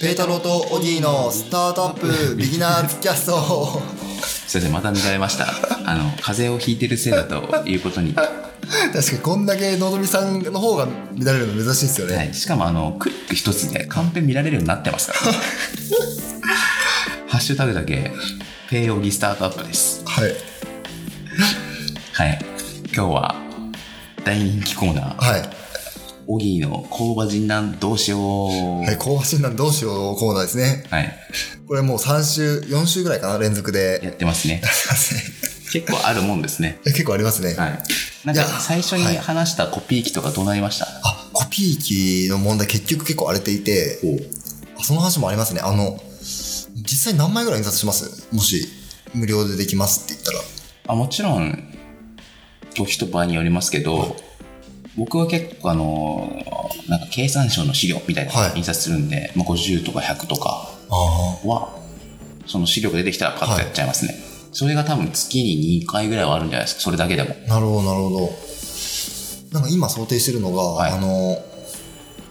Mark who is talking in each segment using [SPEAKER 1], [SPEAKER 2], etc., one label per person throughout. [SPEAKER 1] ペータローとオギーのスタートアッ プビギナーズキャスト
[SPEAKER 2] すいませんまた乱れま したあの風邪をひいてるせいだということに、は
[SPEAKER 1] 確かにこんだけのぞみさんの方が見られるの珍しいですよね、
[SPEAKER 2] い、しかもあのクリック一つでカンペ見られるようになってますから、ね、 ハッシュタグだけ「ペイオギスタートアップ」です
[SPEAKER 1] はい
[SPEAKER 2] はい今日は大人気コーナー
[SPEAKER 1] はい、
[SPEAKER 2] オギーの工場人なんどうしよう
[SPEAKER 1] はい、後半診断どうしようコーナーですね
[SPEAKER 2] はい、
[SPEAKER 1] これもう3週4週ぐらいかな連続
[SPEAKER 2] や
[SPEAKER 1] で
[SPEAKER 2] ってますね 結構あるもんですね
[SPEAKER 1] 結構ありますね、
[SPEAKER 2] はいなんか最初
[SPEAKER 1] い
[SPEAKER 2] に
[SPEAKER 1] や
[SPEAKER 2] 話したコピー機とかどうなりました、
[SPEAKER 1] あコピー機の問題結局結構荒れていてあその話もありますねあの実際何枚ぐらい印刷しますもし無料でできますって言ったら
[SPEAKER 2] あもちろん時と場合によりますけど僕は結構あのなんか経産省の資料みたいなの
[SPEAKER 1] はい
[SPEAKER 2] を印刷するんで、まあ、50とか100とか
[SPEAKER 1] あ
[SPEAKER 2] はその資料が出てきたらパッとやっちゃいますね、それが多分月に2回ぐらいはあるんじゃないですかそれだけでも
[SPEAKER 1] あなるほどなるほどなんか今想定してるのが、
[SPEAKER 2] はい
[SPEAKER 1] あの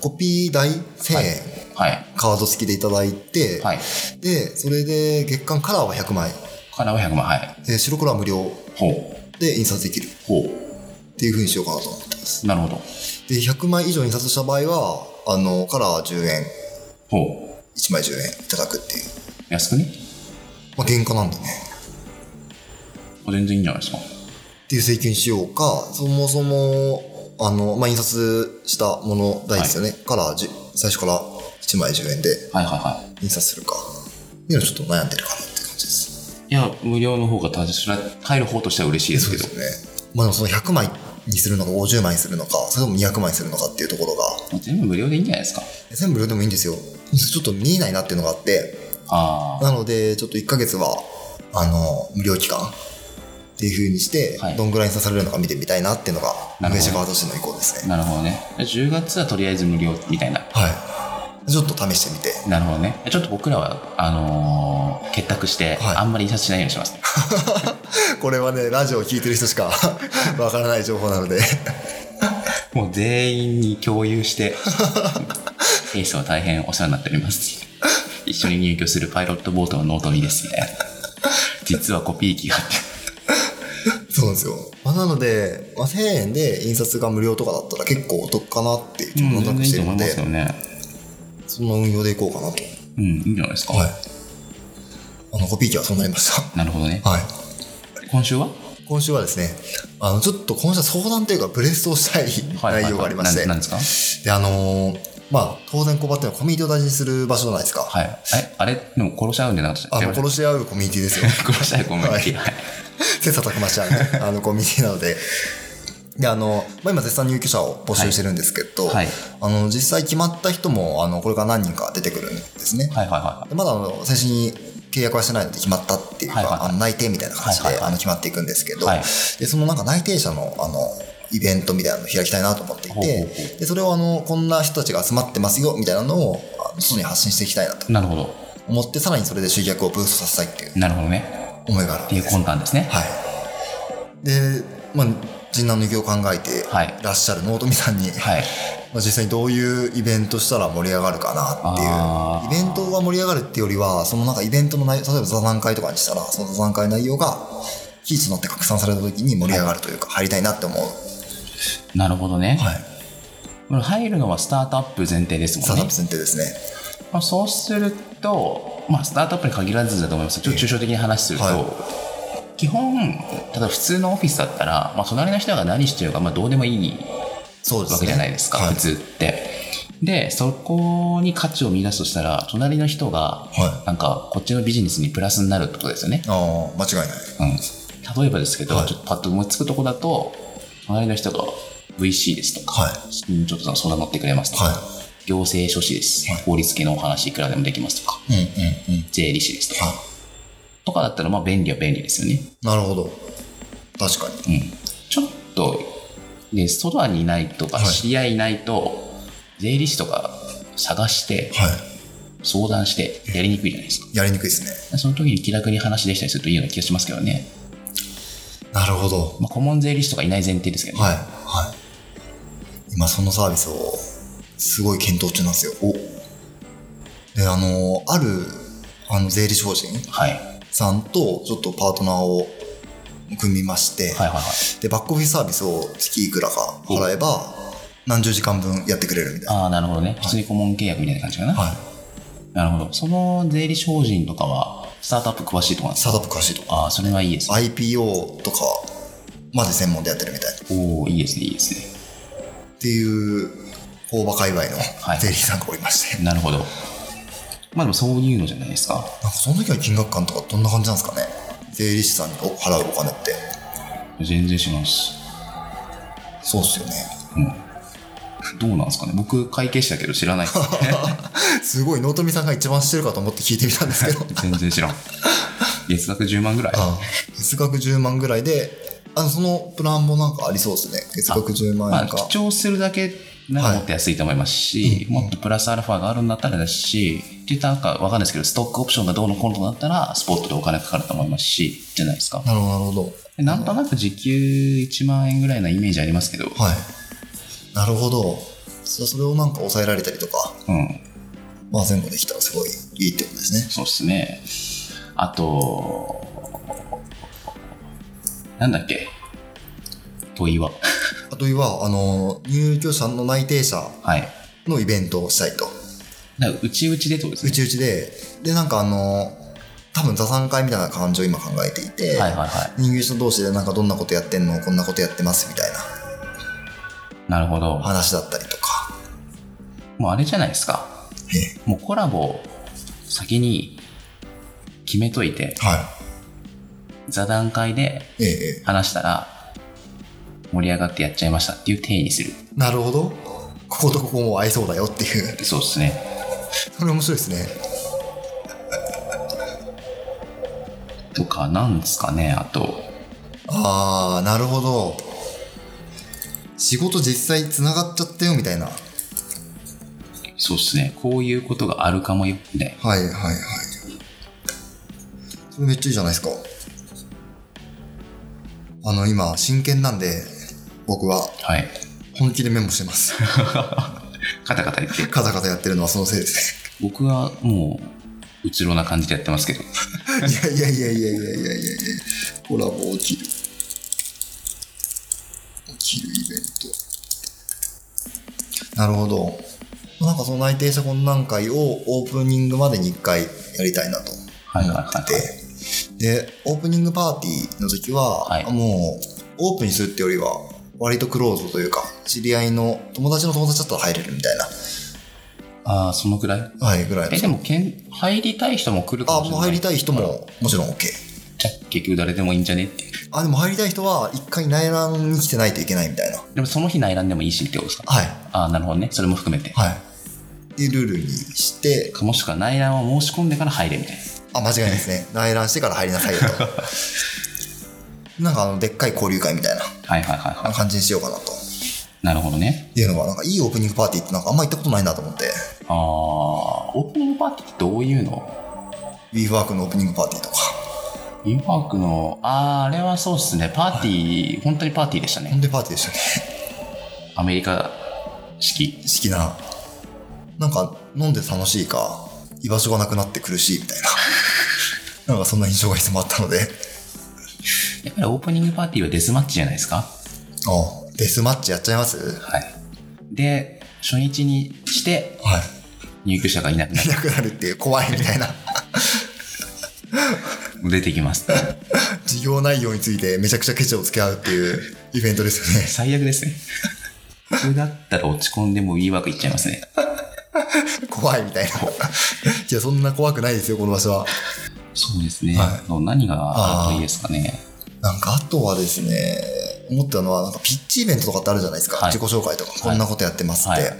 [SPEAKER 1] コピー代1000円、
[SPEAKER 2] はい
[SPEAKER 1] カード付きでいただいて、
[SPEAKER 2] はい
[SPEAKER 1] でそれで月間カラーは100枚
[SPEAKER 2] からは100万はい
[SPEAKER 1] で白黒は無料
[SPEAKER 2] ほう
[SPEAKER 1] で印刷できる
[SPEAKER 2] ほ
[SPEAKER 1] っていう風にしようかなと思ってます
[SPEAKER 2] うなるほど
[SPEAKER 1] で100枚以上印刷した場合はあのカラー10円
[SPEAKER 2] ほう
[SPEAKER 1] 1枚10円いただくっていう
[SPEAKER 2] 安くね
[SPEAKER 1] まあ原価なんでね
[SPEAKER 2] 全然いいんじゃないですか
[SPEAKER 1] っていう請求にしようかそもそもあの、まあ、印刷したもの代ですよね、からじゅ最初から1枚10円で
[SPEAKER 2] はいはいはい
[SPEAKER 1] 印刷するかっていうのをちょっと悩んでるかなって感じです
[SPEAKER 2] いや、無料の方が、ただそれは入る方としては嬉しいですけど。
[SPEAKER 1] ねまあでもその100枚にするのか50枚にするのかそれとも200枚にするのかっていうところが
[SPEAKER 2] 全部無料でいいんじゃないですか。
[SPEAKER 1] 全部無料でもいいんですよちょっと見えないなっていうのがあって
[SPEAKER 2] あ
[SPEAKER 1] なので、ちょっと1ヶ月は、あの、無料期間っていう風にして、
[SPEAKER 2] はい
[SPEAKER 1] どんぐらいに刺されるのか見てみたいなっていうのが、
[SPEAKER 2] なるほど
[SPEAKER 1] 会社側としての意向です
[SPEAKER 2] あ、
[SPEAKER 1] ね。
[SPEAKER 2] なるほどね。10月はとりあえず無料みたいな。
[SPEAKER 1] はい。ちょっと試して みて。
[SPEAKER 2] なるほどね。ちょっと僕らは、あのー結託して、
[SPEAKER 1] はい
[SPEAKER 2] あんまり印刷しないようにしますね。
[SPEAKER 1] これはね、ラジオを聞いてる人しか わからない情報なので。
[SPEAKER 2] もう全員に共有 して、エースは大変お世話になっております。一緒に入居するパイロットボートのノートにですみたいな。実はコピー機があって。
[SPEAKER 1] そうなんですよ。まあ、なので、まあ、1000円で印刷が無料とかだったら結構お得かなっていう気もなん
[SPEAKER 2] 全
[SPEAKER 1] となく
[SPEAKER 2] 然い
[SPEAKER 1] し
[SPEAKER 2] い
[SPEAKER 1] てるの
[SPEAKER 2] と思いま
[SPEAKER 1] で、
[SPEAKER 2] すよね。
[SPEAKER 1] その運用でいこうかなと。
[SPEAKER 2] うん、いいんじゃないですか。
[SPEAKER 1] はい。あの、コピー機はそうなりまし
[SPEAKER 2] なるほどね。
[SPEAKER 1] た。はい。
[SPEAKER 2] 今週は
[SPEAKER 1] 今週はですね、あの、ちょっと今週は相談というか、ブレストをした
[SPEAKER 2] はいはいいはい
[SPEAKER 1] 内容がありまして、
[SPEAKER 2] ななんですか
[SPEAKER 1] で、あのーまあ、当然コバっていうのはコミュニティを大事にする場所じゃないですか。
[SPEAKER 2] はい。え、あれでも殺し合うんじゃなくて、
[SPEAKER 1] あの、
[SPEAKER 2] 殺
[SPEAKER 1] 殺し合うコミュニティですよ。
[SPEAKER 2] し合うコミュニティ。はい。
[SPEAKER 1] 切磋琢磨し 合う、あの、コミュニティなので。で、あの、まあ、今絶賛入居者を募集してるんですけど、
[SPEAKER 2] はいはい
[SPEAKER 1] あの、実際決まった人も、あの、これから何人か出てくるんですね。
[SPEAKER 2] はいはいは
[SPEAKER 1] でまだあの正式に契約はしてないので決まったっていうか、
[SPEAKER 2] はいはいはい
[SPEAKER 1] あの内定みたいな感じで、
[SPEAKER 2] はいはいはい
[SPEAKER 1] あの決まっていくんですけど、
[SPEAKER 2] はい
[SPEAKER 1] でそのなんか内定者のあのイベントみたいなのを開きたいなと思っていて
[SPEAKER 2] ほうほうほ
[SPEAKER 1] でそれをあのこんな人たちが集まってますよみたいなのをあの外に発信していきたいなと
[SPEAKER 2] い。なるほど。
[SPEAKER 1] 思ってさらにそれで集客をブーストさせたいっていう
[SPEAKER 2] なるほどね。
[SPEAKER 1] 思いがあるわ
[SPEAKER 2] っ
[SPEAKER 1] け
[SPEAKER 2] てい
[SPEAKER 1] で
[SPEAKER 2] う
[SPEAKER 1] す。
[SPEAKER 2] 魂胆ですね。
[SPEAKER 1] はい、で、まあ、人南の業を考えて
[SPEAKER 2] はい
[SPEAKER 1] らっしゃる納富さんに、
[SPEAKER 2] はい。
[SPEAKER 1] まあ、実際にどういうイベントしたら盛り上がるかな
[SPEAKER 2] あ
[SPEAKER 1] っていうイベントが盛り上がるってよりはそのなんかイベントの内容例えば座談会とかにしたらその座談会の内容が期日になって拡散された時に盛り上がるというか入りたいなって思う、
[SPEAKER 2] なるほどね。
[SPEAKER 1] はい、
[SPEAKER 2] これ入るのはスタートアップ前提です
[SPEAKER 1] スター
[SPEAKER 2] も
[SPEAKER 1] トアッ
[SPEAKER 2] んね
[SPEAKER 1] プ。前提ですね
[SPEAKER 2] まあ、そうすると、まあ、スタートアップに限らずだと思います。ちょっと抽象的に話すると、
[SPEAKER 1] はい
[SPEAKER 2] 基本、ただ普通のオフィスだったら、まあ、隣の人が何してるか、まあ、どうでもいい
[SPEAKER 1] そうですね
[SPEAKER 2] わけじゃないですか、
[SPEAKER 1] はい
[SPEAKER 2] 普通って。で、そこに価値を見出すとしたら、隣の人が
[SPEAKER 1] は、
[SPEAKER 2] なんか、こっちのビジネスにプラスになるってことですよね。
[SPEAKER 1] ああ間違いない
[SPEAKER 2] うん、例えばですけど、
[SPEAKER 1] はい
[SPEAKER 2] ちょっとパッと思いつくとこだと隣の人が VC ですとか、
[SPEAKER 1] はい
[SPEAKER 2] 資金調達の相談乗ってくれますとか、
[SPEAKER 1] は
[SPEAKER 2] 行政書士です、
[SPEAKER 1] はい
[SPEAKER 2] 法律系のお話いくらでもできますとか
[SPEAKER 1] いうんうんうん
[SPEAKER 2] 税理士ですとか、
[SPEAKER 1] は
[SPEAKER 2] とかだったらまあ便利は便利ですよね、
[SPEAKER 1] いなるほど確かに
[SPEAKER 2] うん、ちょっとね外にいないとか
[SPEAKER 1] はい
[SPEAKER 2] 知り合いいないと、税理士とか探して
[SPEAKER 1] は
[SPEAKER 2] 相談してやりにくいじゃないですか
[SPEAKER 1] いやりにくいです
[SPEAKER 2] その時に気楽に話できたりするといいような気がしますけどね、
[SPEAKER 1] ねなるほど
[SPEAKER 2] まあ、顧問税理士とかいない前提ですけどね、
[SPEAKER 1] はいはい今そのサービスをすごい検討中なんですよおで、あの、ある、あの、税理士法人
[SPEAKER 2] はい。
[SPEAKER 1] さんと、ちょっとパートナーを組みまして、
[SPEAKER 2] はいはいはい。
[SPEAKER 1] で、バックオフィスサービスを月いくらか払えば、何十時間分やってくれるみたい
[SPEAKER 2] ああ、なるほどね。普通に顧問契約みたいな感じかな。
[SPEAKER 1] な。はい。
[SPEAKER 2] なるほど。その税理士法人とかは、スタートアップ詳しいとかなんです
[SPEAKER 1] スタ
[SPEAKER 2] か
[SPEAKER 1] ートアップ詳しいとか、
[SPEAKER 2] ああ、それはいいですね。
[SPEAKER 1] IPO とか、まで専門でやってるみたいな。
[SPEAKER 2] おおいいですね、いいです
[SPEAKER 1] っていう、工場界隈の
[SPEAKER 2] い
[SPEAKER 1] 税理士さんがおりまして、
[SPEAKER 2] ね。なるほど。まあでもそういうのじゃないですか。
[SPEAKER 1] なんかその時は金額感とかどんな感じなんですかね税理士さんにお払うお金って。
[SPEAKER 2] 全然します。
[SPEAKER 1] そうっすよね。
[SPEAKER 2] どうなんですかね。僕、会計士だけど知らないですね。
[SPEAKER 1] すごい、納富さんが一番知ってるかと思って聞いてみたんですけど。
[SPEAKER 2] 全然知らん。月額10万ぐらい。
[SPEAKER 1] あ 月額10万ぐらいで、あの、そのプランもなんかありそうですね。月額10万
[SPEAKER 2] まあ、
[SPEAKER 1] 円か。
[SPEAKER 2] 記帳するだけならもっと安いと思いますし、もっとプラスアルファがあるんだったらですし、って言ったらなんかわかんないですけど、ストックオプションがどうのこうのだったら、スポットでお金かかると思いますし、じゃないですか。
[SPEAKER 1] なるほど、なるほど。
[SPEAKER 2] でなんとなく時給1万円ぐらいなイメージありますけど、
[SPEAKER 1] はい。なるほど。そそれをなんか抑えられたりとか、
[SPEAKER 2] うん、
[SPEAKER 1] まあ全部できたらすごいいいってことですね。
[SPEAKER 2] そうっすね。あと、なんだっけ問いは。
[SPEAKER 1] あとは、あの、入居者の内定者
[SPEAKER 2] はい。
[SPEAKER 1] のイベントをしたいと。
[SPEAKER 2] だからうちうちでってことです
[SPEAKER 1] う
[SPEAKER 2] ね。
[SPEAKER 1] ちうちで、で、なんかあの、多分座談会みたいな感じを今考えていて、
[SPEAKER 2] はいはいは。
[SPEAKER 1] 人間者同士でなんかどんなことやってんのこんなことやってますみたいない
[SPEAKER 2] なるほど。
[SPEAKER 1] 話だったりとか。
[SPEAKER 2] もうあれじゃないですか。
[SPEAKER 1] え
[SPEAKER 2] もうコラボを先に決めといて、
[SPEAKER 1] は
[SPEAKER 2] 座談会で
[SPEAKER 1] い。えええ
[SPEAKER 2] 話したら、盛り上がってやっちゃいましたっていう定義にする。
[SPEAKER 1] え。なるほど。こことここも合いそうだよっていう。
[SPEAKER 2] そうですね。
[SPEAKER 1] それ面白いですね。
[SPEAKER 2] とか、なんですかね、あと。
[SPEAKER 1] あー、なるほど。仕事実際繋がっちゃったよみたいな。はい
[SPEAKER 2] そうですね。こういうことがあるかもよ、みたいな。
[SPEAKER 1] はいはい。それめっちゃいいじゃないですか。あの、今、真剣なんで、僕は
[SPEAKER 2] はい。
[SPEAKER 1] 本気でメモしてます。
[SPEAKER 2] カタカタ言って。
[SPEAKER 1] カタカタやってるのはそのせいです
[SPEAKER 2] 僕はもう、うつろな感じでやってますけど。
[SPEAKER 1] ね。いやいやいやいやいやいやいやいやコラボ起きる。起きるイベント。なるほど。なんかその内定者懇談会をオープニングまでに1回やりたいなと
[SPEAKER 2] はいはいはい
[SPEAKER 1] 思ってて。で、オープニングパーティーの時は、
[SPEAKER 2] はい
[SPEAKER 1] もうオープンにするってよりは、割とクローズというか、知り合いの友達の友達だったら入れるみたいな、
[SPEAKER 2] ああ、そのくらい
[SPEAKER 1] はい、ぐらい
[SPEAKER 2] え、
[SPEAKER 1] の。
[SPEAKER 2] でもけん、入りたい人も来るか
[SPEAKER 1] あ、
[SPEAKER 2] もしれ
[SPEAKER 1] も
[SPEAKER 2] な
[SPEAKER 1] う
[SPEAKER 2] い。
[SPEAKER 1] 入りたい人
[SPEAKER 2] あら
[SPEAKER 1] ももちろん OK。
[SPEAKER 2] じゃあ結局誰でもいいんじゃねって。
[SPEAKER 1] あ、でも入りたい人は一回内覧に来てないといけないみたいな。
[SPEAKER 2] でもその日内覧でもいいしってことですか
[SPEAKER 1] はい。
[SPEAKER 2] ああ、なるほどね。それも含めて。
[SPEAKER 1] はい。っていうルールにして、
[SPEAKER 2] かもしくは内覧を申し込んでから入れみたい
[SPEAKER 1] あ、
[SPEAKER 2] な。
[SPEAKER 1] 間違いないですね。内覧してから入りなさい よと。なんかあの、でっかい交流会みたい
[SPEAKER 2] はいはいはいは。
[SPEAKER 1] ない感じにしようかなと。
[SPEAKER 2] なるほどね。
[SPEAKER 1] っていうのが、なんかいいオープニングパーティーってなんかあんま行ったことないなと思って。
[SPEAKER 2] ああ、オープニングパーティーってどういうの
[SPEAKER 1] WeWork のオープニングパーティーとか。
[SPEAKER 2] インパークの、ああ、あれはそうっすね。パーティー、本当にパーティーでした
[SPEAKER 1] ほ
[SPEAKER 2] ね。
[SPEAKER 1] んでパーティーでしたね。
[SPEAKER 2] アメリカ式。
[SPEAKER 1] 好きな。なんか、飲んで楽しいか、居場所がなくなって苦しいみたい な。なんかそんな印象がいつもあったので。
[SPEAKER 2] やっぱりオープニングパーティーはデスマッチじゃないですか
[SPEAKER 1] あ、デスマッチやっちゃいます
[SPEAKER 2] はい。で、初日にして
[SPEAKER 1] はい。
[SPEAKER 2] 入居者がいなくなる
[SPEAKER 1] いなくなるっていう怖いみたい な
[SPEAKER 2] 出てきます。
[SPEAKER 1] 事業内容についてめちゃくちゃケチをつけ合うっていうイベントです よね
[SPEAKER 2] 最悪ですね。普通だったら落ち込んでもいいわけいっちゃいますね。
[SPEAKER 1] 怖いみたい ないやそんな怖くないですよこの場所は
[SPEAKER 2] そうですね。
[SPEAKER 1] は
[SPEAKER 2] の何があるといいですかね。
[SPEAKER 1] なんかあとはですね思ったのはなんかピッチイベントとかってあるじゃないですか、
[SPEAKER 2] はい
[SPEAKER 1] 自己紹介とかこんなことやってますって、
[SPEAKER 2] はい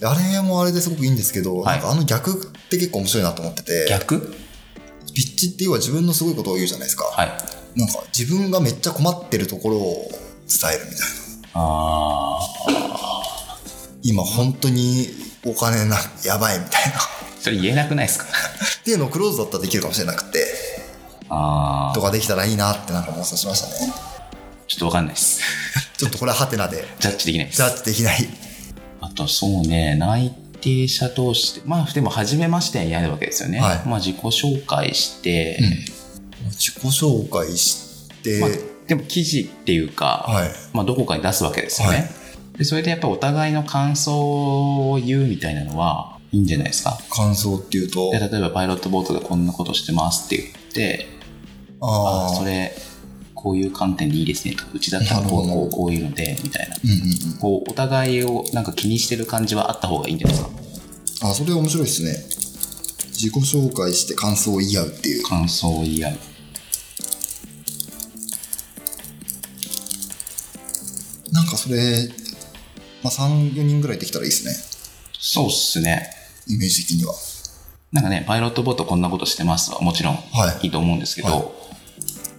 [SPEAKER 1] であれもあれですごくいいんですけど、
[SPEAKER 2] はい
[SPEAKER 1] なんかあの逆って結構面白いなと思ってて
[SPEAKER 2] 逆
[SPEAKER 1] ピッチって要は自分のすごいことを言うじゃないですか、
[SPEAKER 2] はい。
[SPEAKER 1] なんか自分がめっちゃ困ってるところを伝えるみたいな
[SPEAKER 2] あ
[SPEAKER 1] 今本当にお金なやばいみたいな
[SPEAKER 2] ー、それ言えなくないですか
[SPEAKER 1] っていうのをクローズだったらできるかもしれなくて、
[SPEAKER 2] あ
[SPEAKER 1] とかできたらいいなってなんか妄想しましたね。
[SPEAKER 2] ー、ちょっとわかんないです。
[SPEAKER 1] ちょっとこれはハテナで、
[SPEAKER 2] ジャッジできないです。
[SPEAKER 1] ジャッジできない。
[SPEAKER 2] あとそうね、内定者同士で、まあでも初めましてになるわけですよね。
[SPEAKER 1] はい
[SPEAKER 2] まあ自己紹介して、
[SPEAKER 1] 自己紹介して、
[SPEAKER 2] まあ、でも記事っていうか、
[SPEAKER 1] はい。
[SPEAKER 2] まあ、どこかに出すわけですよね、
[SPEAKER 1] は
[SPEAKER 2] でそれでやっぱりお互いの感想を言うみたいなのはいいんじゃないですか
[SPEAKER 1] 感想っていうと
[SPEAKER 2] で、例えばパイロットボートでこんなことしてますって言ってあ
[SPEAKER 1] あ
[SPEAKER 2] あ
[SPEAKER 1] あ、
[SPEAKER 2] それこういう観点でいいですねとかうちだったらこう
[SPEAKER 1] なるほ
[SPEAKER 2] こ
[SPEAKER 1] ど
[SPEAKER 2] うこういうのでみたいな
[SPEAKER 1] うんうんうん。
[SPEAKER 2] こうお互いをなんか気にしてる感じはあった方がいいんじゃないですか
[SPEAKER 1] あ、それ面白いですね。自己紹介して感想を言い合うっていう。
[SPEAKER 2] 感想を言い合う
[SPEAKER 1] なんかそれ、まあ、3、4人ぐらいできたらいいですね。
[SPEAKER 2] そうっすね
[SPEAKER 1] イメージ的には。
[SPEAKER 2] なんかねパイロットボートこんなことしてますはもちろん
[SPEAKER 1] はい
[SPEAKER 2] いいと思うんですけど、
[SPEAKER 1] は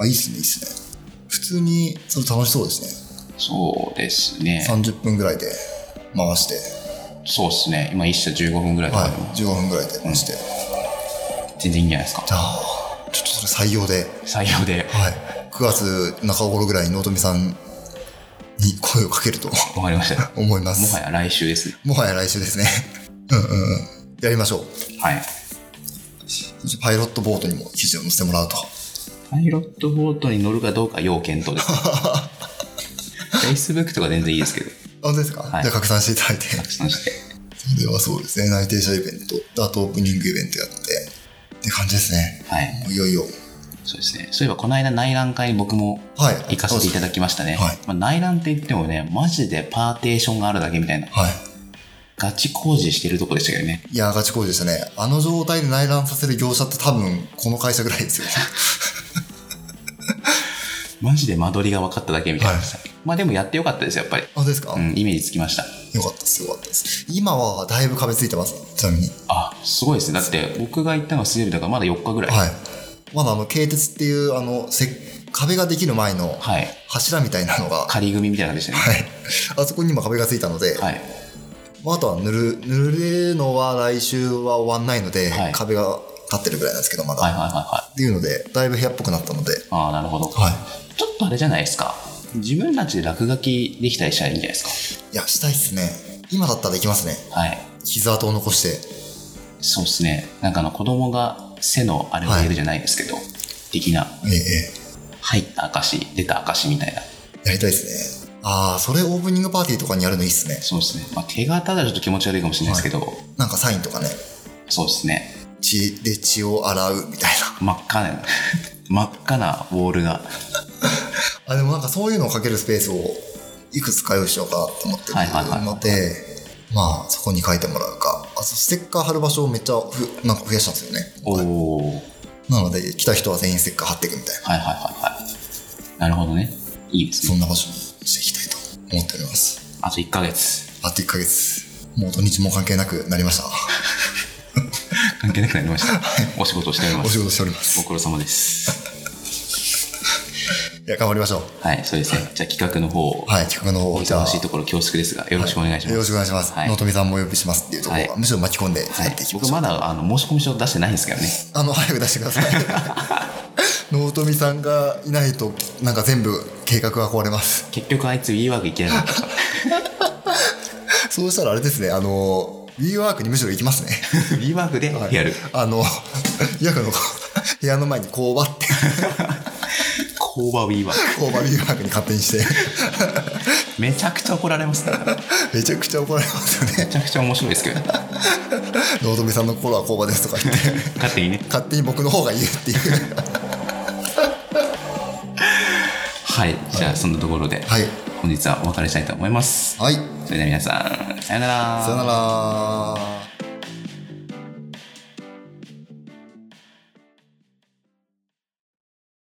[SPEAKER 1] あ、いいっすね、いいっすね。普通に、それ楽しそうです
[SPEAKER 2] そうです
[SPEAKER 1] ね。
[SPEAKER 2] ね
[SPEAKER 1] 30分ぐらいで回して、
[SPEAKER 2] そうっすね今1社15分ぐらいとか
[SPEAKER 1] は
[SPEAKER 2] でも
[SPEAKER 1] い、15分ぐらいで回して。
[SPEAKER 2] 全然いいんじゃないですか
[SPEAKER 1] じゃあ、ちょっとそれ採用で、
[SPEAKER 2] 採用で
[SPEAKER 1] はい、9月中頃ぐらいに納富さんに声をかけると
[SPEAKER 2] わかりましたよ
[SPEAKER 1] 思いま
[SPEAKER 2] も
[SPEAKER 1] す。
[SPEAKER 2] はや来週ですね
[SPEAKER 1] もはや来週ですね。 うんうんうん。やりましょう。
[SPEAKER 2] はい
[SPEAKER 1] そしてパイロットボートにも記事を載せてもらうと。
[SPEAKER 2] パイロットボートに乗るかどうか要検討です Facebook とか全然いいですけど
[SPEAKER 1] あ、本当ですか、
[SPEAKER 2] はい
[SPEAKER 1] じゃあ拡散していただいて。
[SPEAKER 2] 拡散して
[SPEAKER 1] それはそうですね。内定者イベント、であとオープニングイベントやって、って感じですね。
[SPEAKER 2] はい
[SPEAKER 1] もういよいよ。
[SPEAKER 2] そうですねそういえばこの間内覧会に僕も
[SPEAKER 1] はい。
[SPEAKER 2] 行かせていただきましたね、
[SPEAKER 1] はい
[SPEAKER 2] まあ、内覧って言ってもねマジでパーテーションがあるだけみたいな
[SPEAKER 1] は
[SPEAKER 2] ガチ工事してるとこでしたけどね
[SPEAKER 1] い。いやー、ガチ工事でしたね。あの状態で内覧させる業者って多分、この会社ぐらいですよね。
[SPEAKER 2] マジで間取りが分かっただけみたいな、
[SPEAKER 1] はい
[SPEAKER 2] まあでもやってよかったですやっぱり
[SPEAKER 1] あ、ですか、
[SPEAKER 2] うんイメージつきました
[SPEAKER 1] よかったです、よかったです。今はだいぶ壁ついてます、ちなみに。
[SPEAKER 2] あすごいですねだって僕が行ったのが水曜日だからまだ4日ぐらい
[SPEAKER 1] はい。まだあの、軽鉄っていう、あの、せ壁ができる前の
[SPEAKER 2] はい
[SPEAKER 1] 柱みたいなのが、
[SPEAKER 2] 仮組みみたいな感じでしたね
[SPEAKER 1] はい。あそこに今壁がついたので、
[SPEAKER 2] はい
[SPEAKER 1] まあ、あとは塗る、塗るのは来週は終わんないので、
[SPEAKER 2] はい
[SPEAKER 1] 壁が立ってるぐらいなんですけど、まだ。
[SPEAKER 2] はいはいはいはい
[SPEAKER 1] っていうので、だいぶ部屋っぽくなったので、
[SPEAKER 2] ああなるほど、
[SPEAKER 1] は
[SPEAKER 2] ちょっとあれじゃないですか自分たちで落書きできたりしたらいいんじゃないです
[SPEAKER 1] い。いや、したいっすね。今だったらできますね。
[SPEAKER 2] かはい
[SPEAKER 1] 傷跡を残して。
[SPEAKER 2] そうですねなんかあの子供が背のあれを入れるじゃないですけど、的な
[SPEAKER 1] えええ
[SPEAKER 2] 入った証出た証みたいな
[SPEAKER 1] え、やりたいっすね。ああ、それオープニングパーティーとかにやるのいいっすね。
[SPEAKER 2] そうですね、まあ、手形だとちょっと気持ち悪いかもしれないですけど、
[SPEAKER 1] なんかサインとかね。
[SPEAKER 2] そうですね
[SPEAKER 1] 血で血を洗うみたいな。
[SPEAKER 2] 真っ赤な真っ赤なウォールが
[SPEAKER 1] あ、でもなんかそういうのをかけるスペースをいくつか用意しようかと思ってる
[SPEAKER 2] はいはいはい
[SPEAKER 1] ので、まあそこに書いてもらうか。あ、そうステッカー貼る場所をめっちゃふなんか増やしたんですよね。
[SPEAKER 2] おおはい
[SPEAKER 1] なので来た人は全員ステッカー貼っていくみたいな。
[SPEAKER 2] はいはいはいなるほどねいいです
[SPEAKER 1] そ
[SPEAKER 2] ね
[SPEAKER 1] んな場所にしていきたいと思っております。
[SPEAKER 2] あと1ヶ月
[SPEAKER 1] あと1ヶ月。もう土日も関係なくなりました。
[SPEAKER 2] 関係なくなりましたお仕事をしておりま
[SPEAKER 1] お仕
[SPEAKER 2] す
[SPEAKER 1] 事しております。
[SPEAKER 2] ご苦労様です
[SPEAKER 1] いや、頑張りましょう。
[SPEAKER 2] はい、そうですね。じゃあ企画の方を、
[SPEAKER 1] はい、企画の方
[SPEAKER 2] お
[SPEAKER 1] をじゃあ
[SPEAKER 2] 忙しいところ恐縮ですが、よろしくお願いします。
[SPEAKER 1] よろしくお願いします。
[SPEAKER 2] はい
[SPEAKER 1] 納富さんもお呼びしますっていうところは、
[SPEAKER 2] は
[SPEAKER 1] むしろ巻き込んでや
[SPEAKER 2] はい
[SPEAKER 1] っていきま
[SPEAKER 2] 僕
[SPEAKER 1] しょう。
[SPEAKER 2] まだあの申し込み書出してないんですけどね。
[SPEAKER 1] あの、早く出してください。納富さんがいないと、なんか全部計画が壊れます。
[SPEAKER 2] 結局あいつ WeWork 行けなかったから。
[SPEAKER 1] そうしたらあれですね、あの、WeWork にむしろ行きますね。
[SPEAKER 2] WeWork でやる。
[SPEAKER 1] あの、ヤクの部屋の前に工場って、
[SPEAKER 2] 工場 WeWork。
[SPEAKER 1] 工場 WeWork に勝手にして、
[SPEAKER 2] めちゃくちゃ怒られますね。
[SPEAKER 1] めちゃくちゃ怒られますよ
[SPEAKER 2] め
[SPEAKER 1] ね。
[SPEAKER 2] ちゃくちゃ面白いですけど、
[SPEAKER 1] 納富さんの心は工場ですとか言って。
[SPEAKER 2] 勝手にね。
[SPEAKER 1] 勝手に僕の方が言うっていう
[SPEAKER 2] はい、じゃあそんなところで、
[SPEAKER 1] はい
[SPEAKER 2] 本日はお別れしたいと思います。
[SPEAKER 1] はい
[SPEAKER 2] それでは皆さん、さよなら。
[SPEAKER 1] さよなら